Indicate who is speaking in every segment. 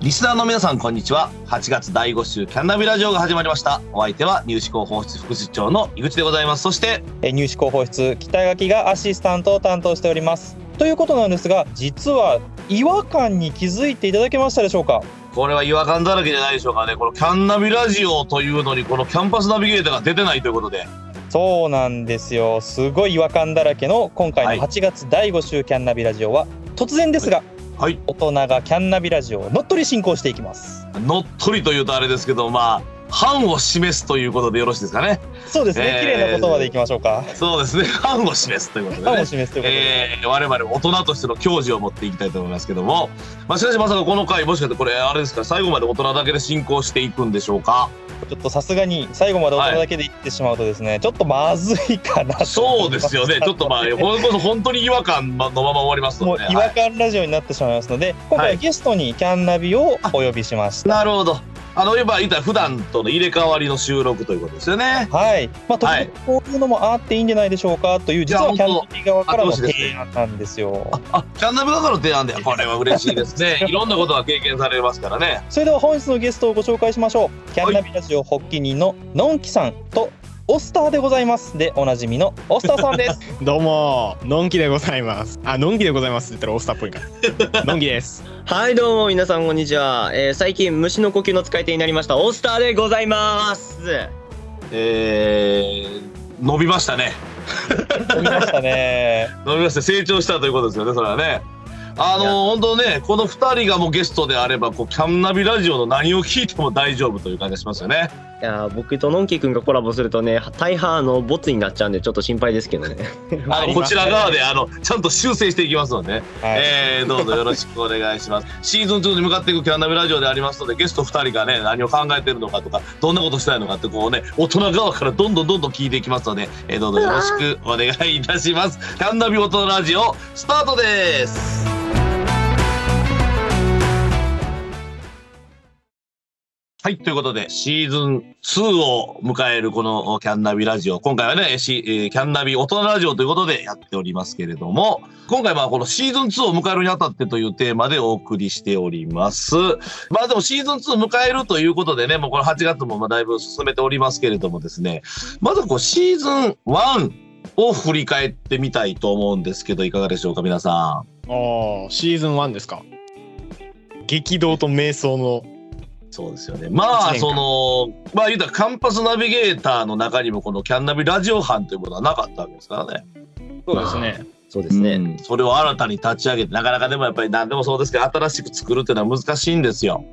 Speaker 1: リスナーの皆さんこんにちは8月第5週キャンナビラジオが始まりましたお相手は入試広報室副室長の井口でございますそして
Speaker 2: えー入試広報室北垣がアシスタントを担当しておりますということなんですが実は違和感に気づいていただけましたでしょうか
Speaker 1: これは違和感だらけじゃないでしょうかねこのキャンナビラジオというのにこのキャンパスナビゲーターが出てないということで
Speaker 2: そうなんですよすごい違和感だらけの今
Speaker 1: は
Speaker 2: 回
Speaker 1: い
Speaker 2: の8月第5週キャンナビラジオは突然ですが、
Speaker 1: はい
Speaker 2: 大人がキャンナビラジオを乗っ取り進行していきます
Speaker 1: 乗っ取りというとあれですけどまあ班を示すということでよろしいですかね
Speaker 2: そうですね、
Speaker 1: えー
Speaker 2: 綺麗な言葉でいきましょうか
Speaker 1: そうですね 班を示すということで
Speaker 2: 楽
Speaker 1: ね
Speaker 2: しみですということで、
Speaker 1: えー、我々大人としての教授を持っていきたいと思いますけども、まあ、しかしまさかこの回もしかしてこれあれですか最後まで大人だけで進行していくんでしょうか
Speaker 2: ちょっとさすがに最後まで大人だけで言ってしまうとですね、ちょっとまずいかなと
Speaker 1: そうです よねちょっとまあこれこそ本当に違和感のまま終わります
Speaker 2: も
Speaker 1: の
Speaker 2: う
Speaker 1: で、
Speaker 2: 違
Speaker 1: は
Speaker 2: 和
Speaker 1: い
Speaker 2: 感ラジオになってしまいますので、今回
Speaker 1: は
Speaker 2: はいゲストにキャンナビをお呼びしました。
Speaker 1: なるほどあの今言ったら普段との入れ替わりの収録ということですよね
Speaker 2: はい、まあ、時
Speaker 1: はい
Speaker 2: 々こういうのもあっていいんじゃないでしょうかという、
Speaker 1: じゃ
Speaker 2: 実
Speaker 1: あ
Speaker 2: はキャンナビ側からの
Speaker 1: 後押しですね
Speaker 2: 提案なんですよ。
Speaker 1: あキャンナブだからの提案でこれは嬉しいです ねいろんなことが経験されますからね
Speaker 2: それでは本日のゲストをご紹介しましょう。キャンナビラジオ発起人ののんきさんと、オスターでございます。で、おなじみのオスターさんです。
Speaker 3: どうも、のんきでございます。あ、のんきでございますって言ったらオスターっぽい から。のんきです。
Speaker 4: はいどうも皆さんこんにちは、えー、最近虫の呼吸の使い手になりましたオースターでございます
Speaker 1: えー、伸びましたね
Speaker 2: 見ましたね。
Speaker 1: 伸びました成長したということですよねそれはねあ
Speaker 4: いや
Speaker 1: の本当ねこの2人がもうゲストであればこうキャンナビラジオの何を聞いても大丈夫という感じがしますよね
Speaker 4: いやー僕とのんきくんがコラボするとね大半あのボツになっちゃうんでちょっと心配ですけどね
Speaker 1: あのこちら側であのちゃんと修正していきますのでね
Speaker 2: はい、
Speaker 1: えーどうぞよろしくお願いします。 シーズン2に向かっていくキャンナビラジオでありますので、ゲスト2人がね、何を考えてるのかとか、どんなことしたいのかって、こうね、大人側からどんどんどんどん聞いていきますので、えーどうぞよろしくお願いいたし ます。キャンナビ大人ラジオ、スタートですはい。ということで、シーズン2を迎えるこのキャンナビラジオ。今回はね、しえーキャンナビ大人ラジオということでやっておりますけれども、今回はこのシーズン2を迎えるにあたってというテーマでお送りしております。まあでもシーズン2を迎えるということでね、もうこの8月もまあだいぶ進めておりますけれどもですね、まずこうシーズン1を振り返ってみたいと思うんですけど、いかがでしょうか、皆さん。
Speaker 3: おー、シーズン1ですか。激動と瞑想の。
Speaker 1: そうですよね。ま
Speaker 3: 一
Speaker 1: あ、
Speaker 3: 年間
Speaker 1: その、まあ言うたらカンパスナビゲーターの中にもこのキャンナビラジオ班というものはなかったわけですからね。
Speaker 3: そうですね。
Speaker 4: そうですね、
Speaker 1: うんそれを新たに立ち上げて、なかなかでもやっぱり何でもそうですけど、新しく作るっていうのは難しいんですよ。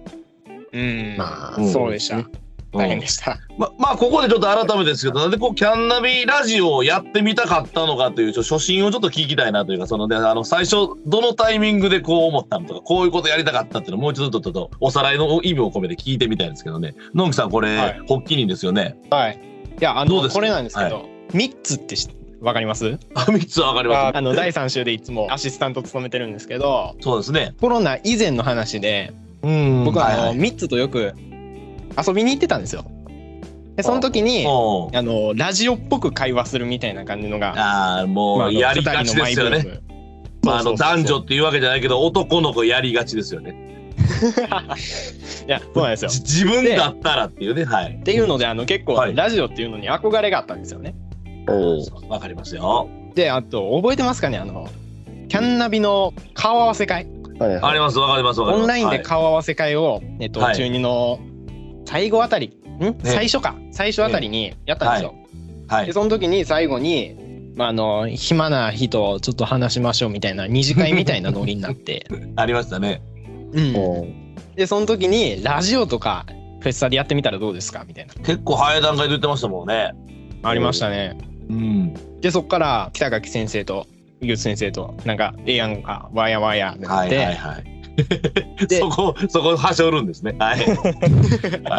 Speaker 3: うん。
Speaker 4: まあ
Speaker 1: うん
Speaker 3: そうでした。
Speaker 1: うん
Speaker 3: 大変でした。
Speaker 1: ままあここでちょっと改めてですけどなんでこうキャンナビラジオをやってみたかったのかというちょ初心をちょっと聞きたいなというかそのねあの最初どのタイミングでこう思ったのとかこういうことやりたかったっていうのをもう一度ちょっとおさらいの意味を込めて聞いてみたいんですけどねのんきさんこれ、
Speaker 3: はい
Speaker 1: 発起人ですよね
Speaker 3: はい。いや、あ
Speaker 1: どうで
Speaker 3: の、
Speaker 1: す
Speaker 3: これなんですけど、ミッツってしわかります
Speaker 1: あ3つは分かりま
Speaker 2: あ
Speaker 1: す
Speaker 3: あの、第3週でいつもアシスタント務めてるんですけど、
Speaker 1: そうですね
Speaker 3: コロナ以前の話で、
Speaker 1: うん
Speaker 3: 僕はあの、
Speaker 1: いい
Speaker 3: ミッツとよく遊びに行ってたんですよ。で、その時に、
Speaker 1: おう
Speaker 3: あの、ラジオっぽく会話するみたいな感じのが、
Speaker 1: あーもう、
Speaker 3: まああの
Speaker 1: やりがちですよ
Speaker 3: 二人
Speaker 1: ね
Speaker 3: のマイブーム
Speaker 1: まああ
Speaker 3: そ
Speaker 1: の
Speaker 3: うそうそう
Speaker 1: 男女っていうわけじゃないけど男の子やりがちですよね
Speaker 3: いやそうなんですよ
Speaker 1: じ自分だったらっていうねはい
Speaker 3: っていうのであの結構、
Speaker 1: はい
Speaker 3: ラジオっていうのに憧れがあったんですよね
Speaker 4: お
Speaker 1: そうわかりますよ
Speaker 3: であと覚えてますかねあのキャンナビの顔合わせ会
Speaker 4: はい
Speaker 1: ありますわかりますわかります
Speaker 3: オンライン
Speaker 1: は
Speaker 3: で
Speaker 1: い
Speaker 3: 顔合わせ会を、えっと
Speaker 1: はい
Speaker 3: 中二の最後あたりん、最初か最初あたりにやったんですよ、
Speaker 1: はい
Speaker 3: でその時に最後に、まあ、あの暇な日とちょっと話しましょうみたいな二次会みたいなノリに なって、
Speaker 1: ありましたね。
Speaker 3: うんでその時にラジオとかフェスタでやってみたらどうですかみたいな
Speaker 1: 結構早い段階で言ってましたもんね。
Speaker 3: ありましたね
Speaker 1: うん。
Speaker 3: でそこから北垣先生と井口先生となんかええやんかわーやわーやってな
Speaker 1: は
Speaker 3: っ
Speaker 1: い
Speaker 3: て、
Speaker 1: はいはい。
Speaker 3: で
Speaker 1: そこそこはしょるんですね。はい。は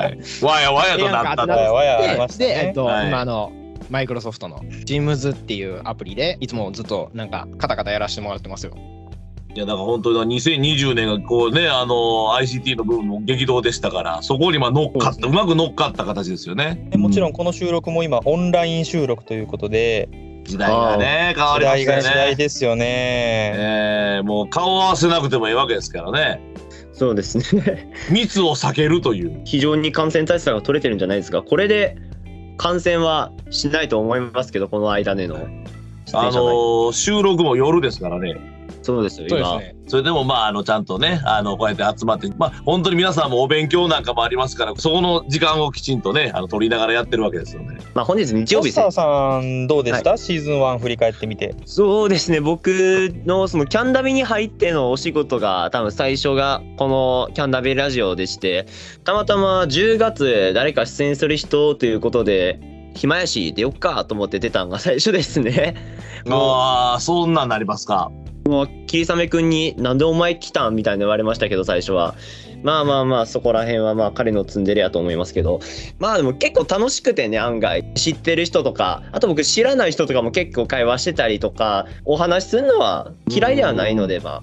Speaker 1: い。わやわやとなった
Speaker 3: いやなんかあ
Speaker 1: と。
Speaker 3: っ
Speaker 2: わやわやありま
Speaker 3: で
Speaker 2: し
Speaker 3: で
Speaker 2: た、
Speaker 3: えっ
Speaker 2: ね。
Speaker 3: と
Speaker 1: はい
Speaker 3: 今あのマイクロソフトの Teams っていうアプリでいつもずっとなんかカタカタやらせてもらってますよ。
Speaker 1: いやだから本当に2020年がこうねあの ICT の部分も激動でしたからそこにまあ乗っかったう,、まく乗っかった形ですよね。
Speaker 2: もちろ
Speaker 1: うん
Speaker 2: この収録も今オンライン収録ということで
Speaker 1: ん時代がね変わ
Speaker 2: 時
Speaker 1: りま
Speaker 2: 代
Speaker 1: した
Speaker 2: が
Speaker 1: よ
Speaker 2: 時代
Speaker 1: ね。
Speaker 2: ですよね。
Speaker 1: えー、もう顔合わせなくてもいいわけですからね。
Speaker 4: そうですね
Speaker 1: 密を避けるという。
Speaker 4: 非常に感染対策が取れてるんじゃないですかこれで感染はしないと思いますけどこの間での出
Speaker 1: あの
Speaker 4: 演者の
Speaker 1: ー収録も夜ですからね。
Speaker 4: そうですよ
Speaker 3: そうで
Speaker 4: 今
Speaker 3: すね。
Speaker 1: それでもまあ、あの、ちゃんとね、あの、こうやって集まって、まあ、本当に皆さんもお勉強なんかもありますから、そこの時間をきちんとね、あの、取りながらやってるわけですよね。
Speaker 4: まあ本日日曜
Speaker 2: オ
Speaker 4: 日で
Speaker 2: ス
Speaker 4: すね
Speaker 2: ターさんどうでした、シーズン1振り返ってみて
Speaker 4: そうですね僕のそのキャンダビに入ってのお仕事が多分最初がこのキャンダビラジオでしてたまたま10月誰か出演する人ということで暇やし出よっかと思って出たのが最初ですねも
Speaker 1: ああ、そんなんなりますか。
Speaker 4: う霧雨くんに「なんでお前来たん?」みたいに言われましたけど最初はまあまあまあそこら辺はまあ彼のツンデレやと思いますけどまあでも結構楽しくてね案外知ってる人とかあと僕知らない人とかも結構会話してたりとかお話しするのは嫌いではないのでまあ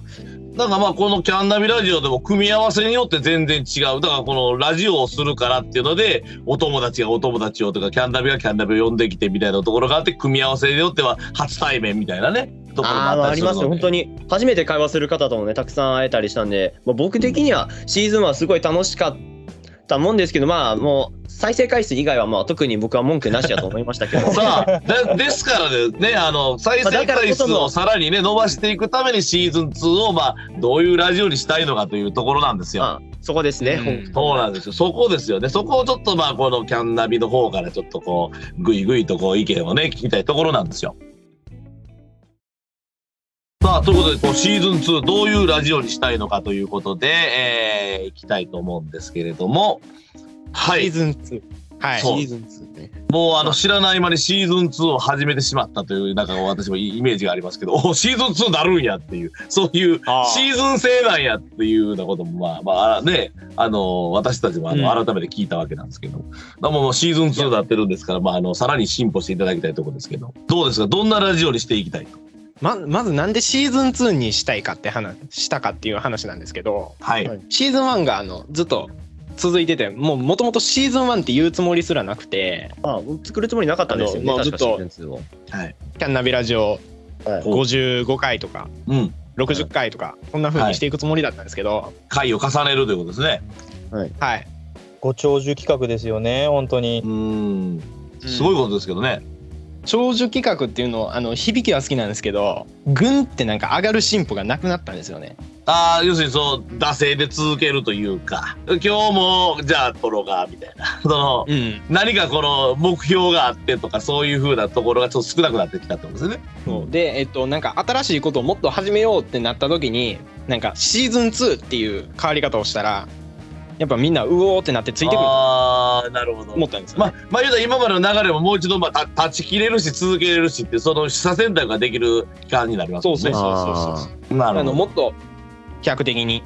Speaker 1: だからまあこのキャンナビラジオでも組み合わせによって全然違う。だからこのラジオをするからっていうので、お友達がお友達をとか、キャンナビがキャンナビを呼んできてみたいなところがあって、組み合わせによっては初対面みたいなね、ところも
Speaker 4: あー
Speaker 1: あ
Speaker 4: あ
Speaker 1: ったり
Speaker 4: り
Speaker 1: する
Speaker 4: ま
Speaker 1: の
Speaker 4: す
Speaker 1: で。
Speaker 4: よ本当に初めて会話する方ともねたくさん会えたりしたんで、まあ、僕的にはシーズンはすごい楽しかったもんですけどまあもう再生回数以外はまあ特に僕は文句なしやと思いました けど
Speaker 1: さあでですからねねあの再生回数をさらにね伸ばしていくためにシーズン2をまあどういうラジオにしたいのかというところなんですよ。
Speaker 4: まあそこですね、
Speaker 3: うん
Speaker 1: そうなんですよそこですよねそこをちょっとまあこのキャンナビの方からちょっとこうぐいぐいとこう意見をね聞きたいところなんですよ。さあということでこうシーズン2どういうラジオにしたいのかということで、えー、いきたいと思うんですけれどもは
Speaker 3: シ
Speaker 1: い
Speaker 3: ーズン2。はい。シ
Speaker 1: そう
Speaker 3: ーズン2ね。
Speaker 1: もうあの知らない間にシーズン2を始めてしまったというなんか私もイメージがありますけど、 おシーズン2なるんやっていう、そういう
Speaker 3: あー
Speaker 1: シーズン制なんやっていうようなことも、まあ、まああらね、あの、私たちもあの
Speaker 3: う
Speaker 1: 改めて聞いたわけなんですけど、まあもうもうシーズン2になってるんですから、まああの、さらに進歩していただきたいところですけど、どうですかどんなラジオにしていきたい
Speaker 3: ままずなんでシーズン2にしたいかって話したかっていう話なんですけど、
Speaker 1: はい。
Speaker 3: シーズン1があのずっと続いててもうもともとシーズン1って言うつもりすらなくて
Speaker 4: まあ作るつもりなかったんですよね、
Speaker 3: あのまあ
Speaker 4: 確か
Speaker 3: ずっと
Speaker 4: シーズン2を
Speaker 1: はい。
Speaker 3: キャンナビラジオ
Speaker 4: はい
Speaker 3: 55回とか
Speaker 1: うん。
Speaker 3: 60回とかそんな風にしていくつもりだったんですけど、
Speaker 1: 回を重ねるということですね。
Speaker 3: はい、
Speaker 2: ご長寿企画ですよね本当に
Speaker 1: うーん。すごいことですけどね。
Speaker 3: 長寿企画っていうのあの響きは好きなんですけどグンってなんか上がる進歩がなくなったんですよね。
Speaker 1: ああ、要するにそう、惰性で続けるというか、今日も、じゃあ撮ろうか、みたいな。 その、
Speaker 3: うん、
Speaker 1: 何かこの目標があってとかそういうふうなところがちょっと少なくなってきたってことですね。
Speaker 3: そうで、えっと、なんか新しいことをもっと始めようってなった時になんかシーズン2っていう変わり方をしたらやっぱみんなうおーってなってついてくると
Speaker 1: ああなるほど。
Speaker 3: 思ったんですよ、
Speaker 1: ま
Speaker 3: ね
Speaker 1: あ、まあ、言うたら今までの流れももう一度、まあ、た断ち切れるし続けれるしってその示唆選択ができる期間になります
Speaker 3: そ
Speaker 1: もん
Speaker 3: う
Speaker 1: ね。
Speaker 3: そうそう
Speaker 4: あ
Speaker 3: そうそう
Speaker 1: うな
Speaker 3: あ
Speaker 1: る
Speaker 3: の
Speaker 1: ほ
Speaker 3: も
Speaker 1: ど。
Speaker 3: っと飛躍的に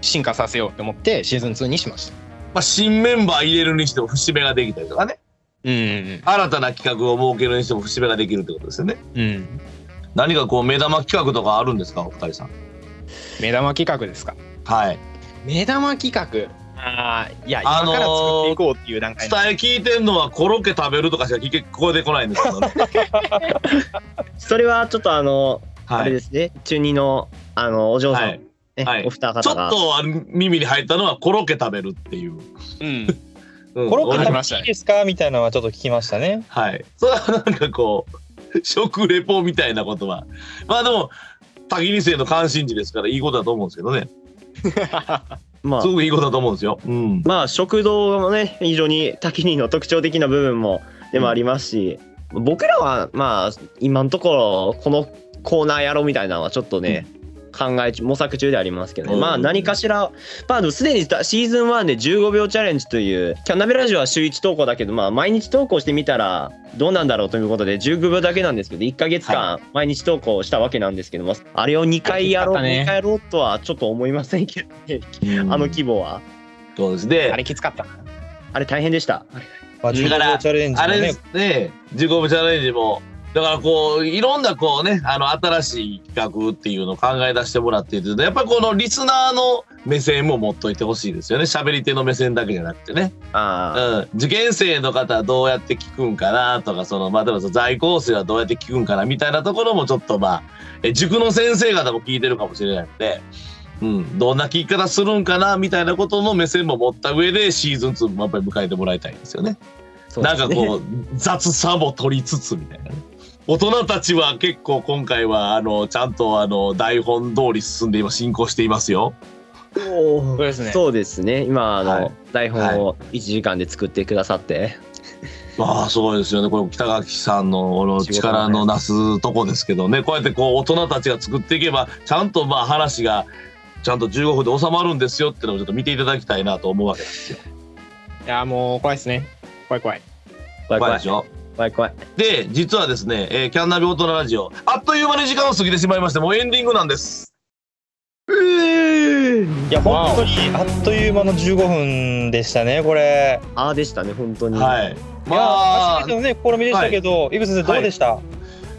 Speaker 3: 進化させようって思ってシーズン2にしました。
Speaker 1: まあ、新メンバー入れるにしても節目ができたりとかね
Speaker 3: うん
Speaker 1: 新たな企画を設けるにしても節目ができるってことですよね。
Speaker 3: うん、
Speaker 1: 何かこう目玉企画とかあるんですかお二人さん。
Speaker 3: 目玉企画ですか
Speaker 1: はい。
Speaker 3: 目玉企画あーいや、
Speaker 1: あのー
Speaker 3: 今から作っていこうっていう段階
Speaker 1: 伝
Speaker 3: の
Speaker 1: え聞いてんのはコロッケ食べるとかしか聞け聞こえてこないんですけど ね。
Speaker 4: それはちょっとあの、あ
Speaker 1: は
Speaker 4: れ
Speaker 1: い。
Speaker 4: ですね中二のあのお嬢さん、
Speaker 1: はい
Speaker 4: ね
Speaker 1: はい
Speaker 4: お二方が
Speaker 1: ちょっとあの耳に入ったのはコロッケ食べるっていう。
Speaker 3: うん
Speaker 1: うん
Speaker 2: コロッケ食
Speaker 3: わかり
Speaker 2: べ
Speaker 3: ま
Speaker 2: て
Speaker 3: した
Speaker 2: いいですかみたいなのはちょっと聞きましたね
Speaker 1: はい。それはなんかこう、食レポみたいなことは。まあでも、多義理性の関心事ですからいいことだと思うんですけどね。
Speaker 4: まあ
Speaker 1: すごくいいことだと思うんですよ。うん。
Speaker 4: まあ食堂もね非常にタキニの特徴的な部分もでもありますし、僕らはまあ今のところこのコーナーやろうみたいなのはちょっとね、考え中模索中でありますけどね、
Speaker 1: うん
Speaker 4: まあ何かしらまあでもすでにだシーズン1で15秒チャレンジというキャンナベラジオは週1投稿だけどまあ毎日投稿してみたらどうなんだろうということで15秒だけなんですけど1ヶ月間毎日投稿したわけなんですけども、あれを2回やろう、
Speaker 3: あれきつかった
Speaker 4: 2
Speaker 3: ね
Speaker 4: 回やろうとはちょっと思いませんけどね、あの規模は
Speaker 1: そうです
Speaker 3: あ
Speaker 1: ね。
Speaker 3: れきつかったな
Speaker 4: あれ大変でした。
Speaker 2: まあ、
Speaker 1: だ
Speaker 2: 15
Speaker 1: から
Speaker 2: 秒チャレンジ
Speaker 1: あ
Speaker 2: も
Speaker 1: れで
Speaker 2: ね
Speaker 1: すね。自己チャレンジも。だからこう、いろんなこうね、あの、新しい企画っていうのを考え出してもらっていて、やっぱりこのリスナーの目線も持っといてほしいですよね。喋り手の目線だけじゃなくてね。
Speaker 4: ああ、
Speaker 1: うん、受験生の方はどうやって聞くんかなとかその、まあ、例えばその在校生はどうやって聞くんかなみたいなところもちょっとまあえ塾の先生方も聞いてるかもしれないのでうん、どんな聞き方するんかなみたいなことの目線も持った上でシーズン2もやっぱり迎えてもらいたいですよね。
Speaker 4: そうで
Speaker 1: な
Speaker 4: す
Speaker 1: ん
Speaker 4: ね
Speaker 1: かこう 雑さも取りつつみたいなね。大人たちは結構今回はあのちゃんとあの台本通り進んで今進行していますよ。
Speaker 4: お
Speaker 3: そう
Speaker 4: ー
Speaker 3: ですね
Speaker 4: そうですね今あの、
Speaker 1: はい
Speaker 4: 台本を1時間で作ってくださって、
Speaker 1: ああすごいですよねこれ北垣さんのこの
Speaker 4: 仕事だ
Speaker 1: 力
Speaker 4: ね
Speaker 1: のなすとこですけどねこうやってこう大人たちが作っていけばちゃんとまあ話がちゃんと15分で収まるんですよってのをちょっと見ていただきたいなと思うわけですよ。
Speaker 3: いやもう怖いですね怖い怖い
Speaker 4: 怖い
Speaker 1: 怖い
Speaker 4: 怖
Speaker 1: で
Speaker 4: い
Speaker 1: しょ
Speaker 4: 怖い怖い
Speaker 1: で実はですね、えーキャンナビ大人ラジオあっという間に時間を過ぎてしまいましてもうエンディングなんです。
Speaker 2: いや本当にあっという間の15分でしたねこれ。
Speaker 4: ああでしたね本当に、
Speaker 1: はい。
Speaker 2: いや初めてのね試みでしたけど、井口先生どうでした？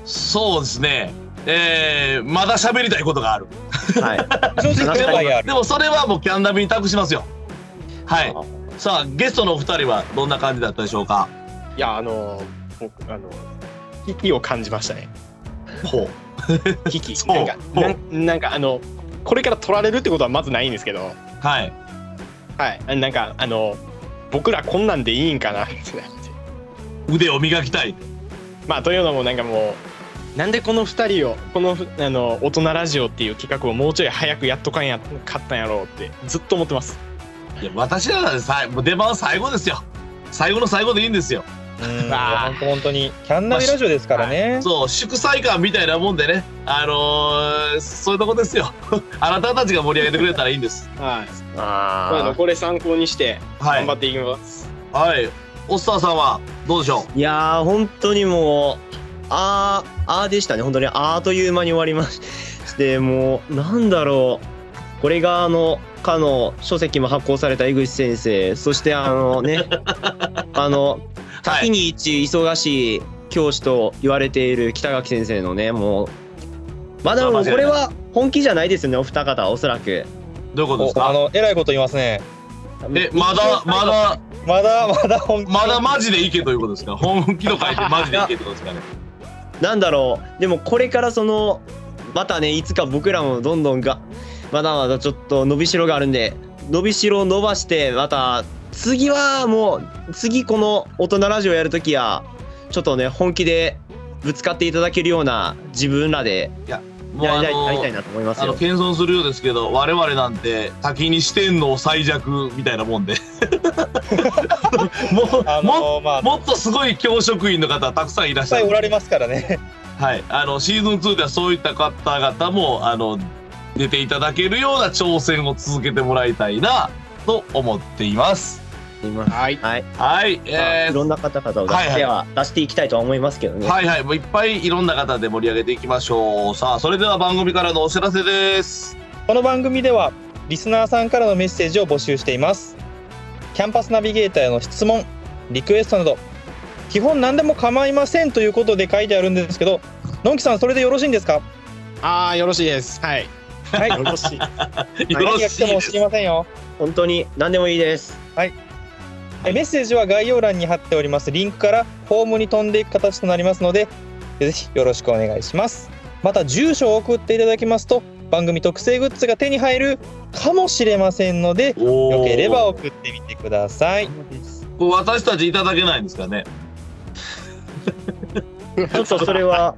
Speaker 1: そうですね。えー、まだ喋りたいことがある。
Speaker 4: はい
Speaker 2: 正直
Speaker 4: 話
Speaker 2: 後
Speaker 4: したい
Speaker 2: 悔がある
Speaker 1: で。もそれはもうキャンナビに託しますよ。はい。
Speaker 4: あ
Speaker 1: さあ、ゲストのお二人はどんな感じだったでしょうか
Speaker 3: いやあの僕あの危機を感じましたね
Speaker 1: ほう。
Speaker 3: 危機
Speaker 1: そう
Speaker 3: なんか
Speaker 1: ほう
Speaker 3: なんなんかあのこれから取られるってことはまずないんですけど
Speaker 1: はい。
Speaker 3: はいなんかあの僕らこんなんでいいんかなってなって
Speaker 1: 腕を磨きたい。
Speaker 3: まあというのもなんかもうなんでこの2人をこのふあの大人ラジオっていう企画をもうちょい早くやっとかんやかったんやろうってずっと思ってます
Speaker 1: いや、私らはさ、もう出番は最後ですよ。最後の最後でいいんですよ。
Speaker 2: うんい
Speaker 3: わ
Speaker 2: や
Speaker 3: あ
Speaker 2: 本当本当にキャンナビラジオですからね。
Speaker 1: そう、祝祭感みたいなもんでね。あのー、そういうとこですよ。 あなたたちが盛り上げてくれたらいいんです。
Speaker 3: はいまああの
Speaker 4: あ
Speaker 3: これ参考にして
Speaker 1: は
Speaker 3: 頑
Speaker 1: い
Speaker 3: 張。っていきます、
Speaker 1: はい。オスターさんはどうでしょう
Speaker 4: ーいやー本当にもうあーあーでしたね本当にあーという間に終わりましてもうなんだろうこれがあのかの書籍も発行された江口先生そしてあのねあの
Speaker 1: は
Speaker 4: 日
Speaker 1: い。
Speaker 4: に一忙しい教師と言われている北垣先生のねもうまだもうこれは本気じゃないですよねお二方はおそらく。
Speaker 1: どういうことです
Speaker 2: おあ
Speaker 1: か
Speaker 2: のえらいこと言いますね。
Speaker 1: え、まだ、まだ、
Speaker 2: まだまだ本気
Speaker 1: まだマジでいけということですか本気の書いてマジでいけってことですかね
Speaker 4: なんだろうでもこれからそのまたねいつか僕らもどんどんがまだまだちょっと伸びしろがあるんで伸びしろを伸ばしてまた次はもう次この大人ラジオやるときはちょっとね本気でぶつかっていただけるような自分らで
Speaker 1: もう
Speaker 4: や
Speaker 1: あ
Speaker 4: りたいやりたい
Speaker 1: の
Speaker 4: なと思います
Speaker 1: あの
Speaker 4: よ。
Speaker 1: 謙遜するようですけど我々なんて滝にしてんの最弱みたいなもんでもう
Speaker 2: あ
Speaker 1: も
Speaker 2: のまあ
Speaker 1: もっとすごい教職員の方たくさんいらっ
Speaker 2: 実
Speaker 1: しゃ
Speaker 2: 際お
Speaker 1: る、
Speaker 2: られますからね。
Speaker 1: はい、あのシーズン2ではそういった方々もあの出ていただけるような挑戦を続けてもらいたいなと思っています
Speaker 4: 今
Speaker 3: はい
Speaker 4: はい、
Speaker 1: はい、え
Speaker 4: い
Speaker 1: ー
Speaker 4: ろんな方々を出しては出していきたいとは思いますけどね。
Speaker 1: はいはい、もういっぱいいろんな方で盛り上げていきましょう。さあ、それでは番組からのお知らせです。
Speaker 2: この番組ではリスナーさんからのメッセージを募集しています。キャンパスナビゲーターへの質問、リクエストなど基本何でも構いませんということで書いてあるんですけど、のんきさんそれでよろしいんですか？
Speaker 3: ああよろしいですはい
Speaker 2: はい。
Speaker 3: よろしい
Speaker 1: よろしい
Speaker 2: 何が
Speaker 1: で
Speaker 2: 来ても知
Speaker 1: す。
Speaker 2: りませんよ。
Speaker 4: 本当に何でもいいです。
Speaker 2: えメッセージは概要欄に貼っておりますリンクからフォームに飛んでいく形となりますのでぜひよろしくお願いしますまた住所を送っていただきますと番組特製グッズが手に入るかもしれませんので
Speaker 1: おー
Speaker 2: よければ送ってみてください
Speaker 1: これ私たちいただけないんですかね。
Speaker 4: ちょっとそれは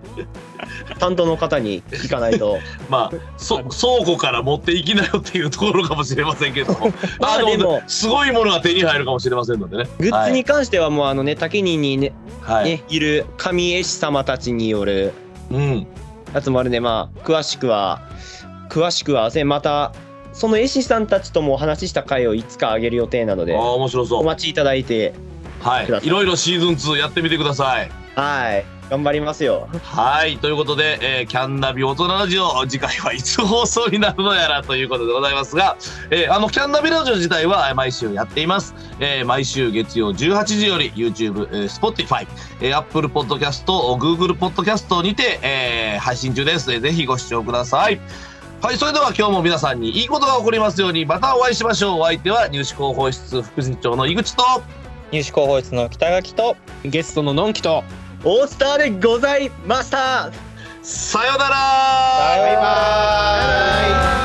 Speaker 4: 担当の方に聞かないと。
Speaker 1: まあ、そ倉庫から持っていきなよっていうところかもしれませんけ ど。
Speaker 4: まあ
Speaker 1: あの
Speaker 4: でも
Speaker 1: すごいものが手に入るかもしれませんのでね。
Speaker 4: グッズに関してはもうあのね滝ににね,、
Speaker 1: はい。
Speaker 4: ねいる神絵師様たちによる
Speaker 1: うん。
Speaker 4: やつもあるんでまあ詳しくは詳しくはせまたその絵師さんたちともお話しした回をいつかあげる予定なの
Speaker 1: あ
Speaker 4: で
Speaker 1: あ、面白
Speaker 4: お
Speaker 1: そう。
Speaker 4: 待ちいただいて
Speaker 1: はい
Speaker 4: くだ。さい
Speaker 1: いろいろシーズン2やってみてください。
Speaker 4: はい頑張りますよ。
Speaker 1: はい。ということで、えーキャンナビ大人ラジオ、次回はいつ放送になるのやらということでございますが、えーあの、キャンナビラジオ自体はえー毎週やっています。えー毎週月曜18時より YouTube、えー Spotify、えー Apple Podcast、Google Podcast にて、えー配信中です、えーぜひご視聴ください。はい、それでは今日も皆さんにいいことが起こりますように、またお会いしましょう。お相手は入試広報室副次長の井口と、
Speaker 2: 入試広報室の北垣と
Speaker 3: ゲストののんきと
Speaker 4: オースターでございました
Speaker 1: さようなら
Speaker 2: さようなら
Speaker 1: バイバイ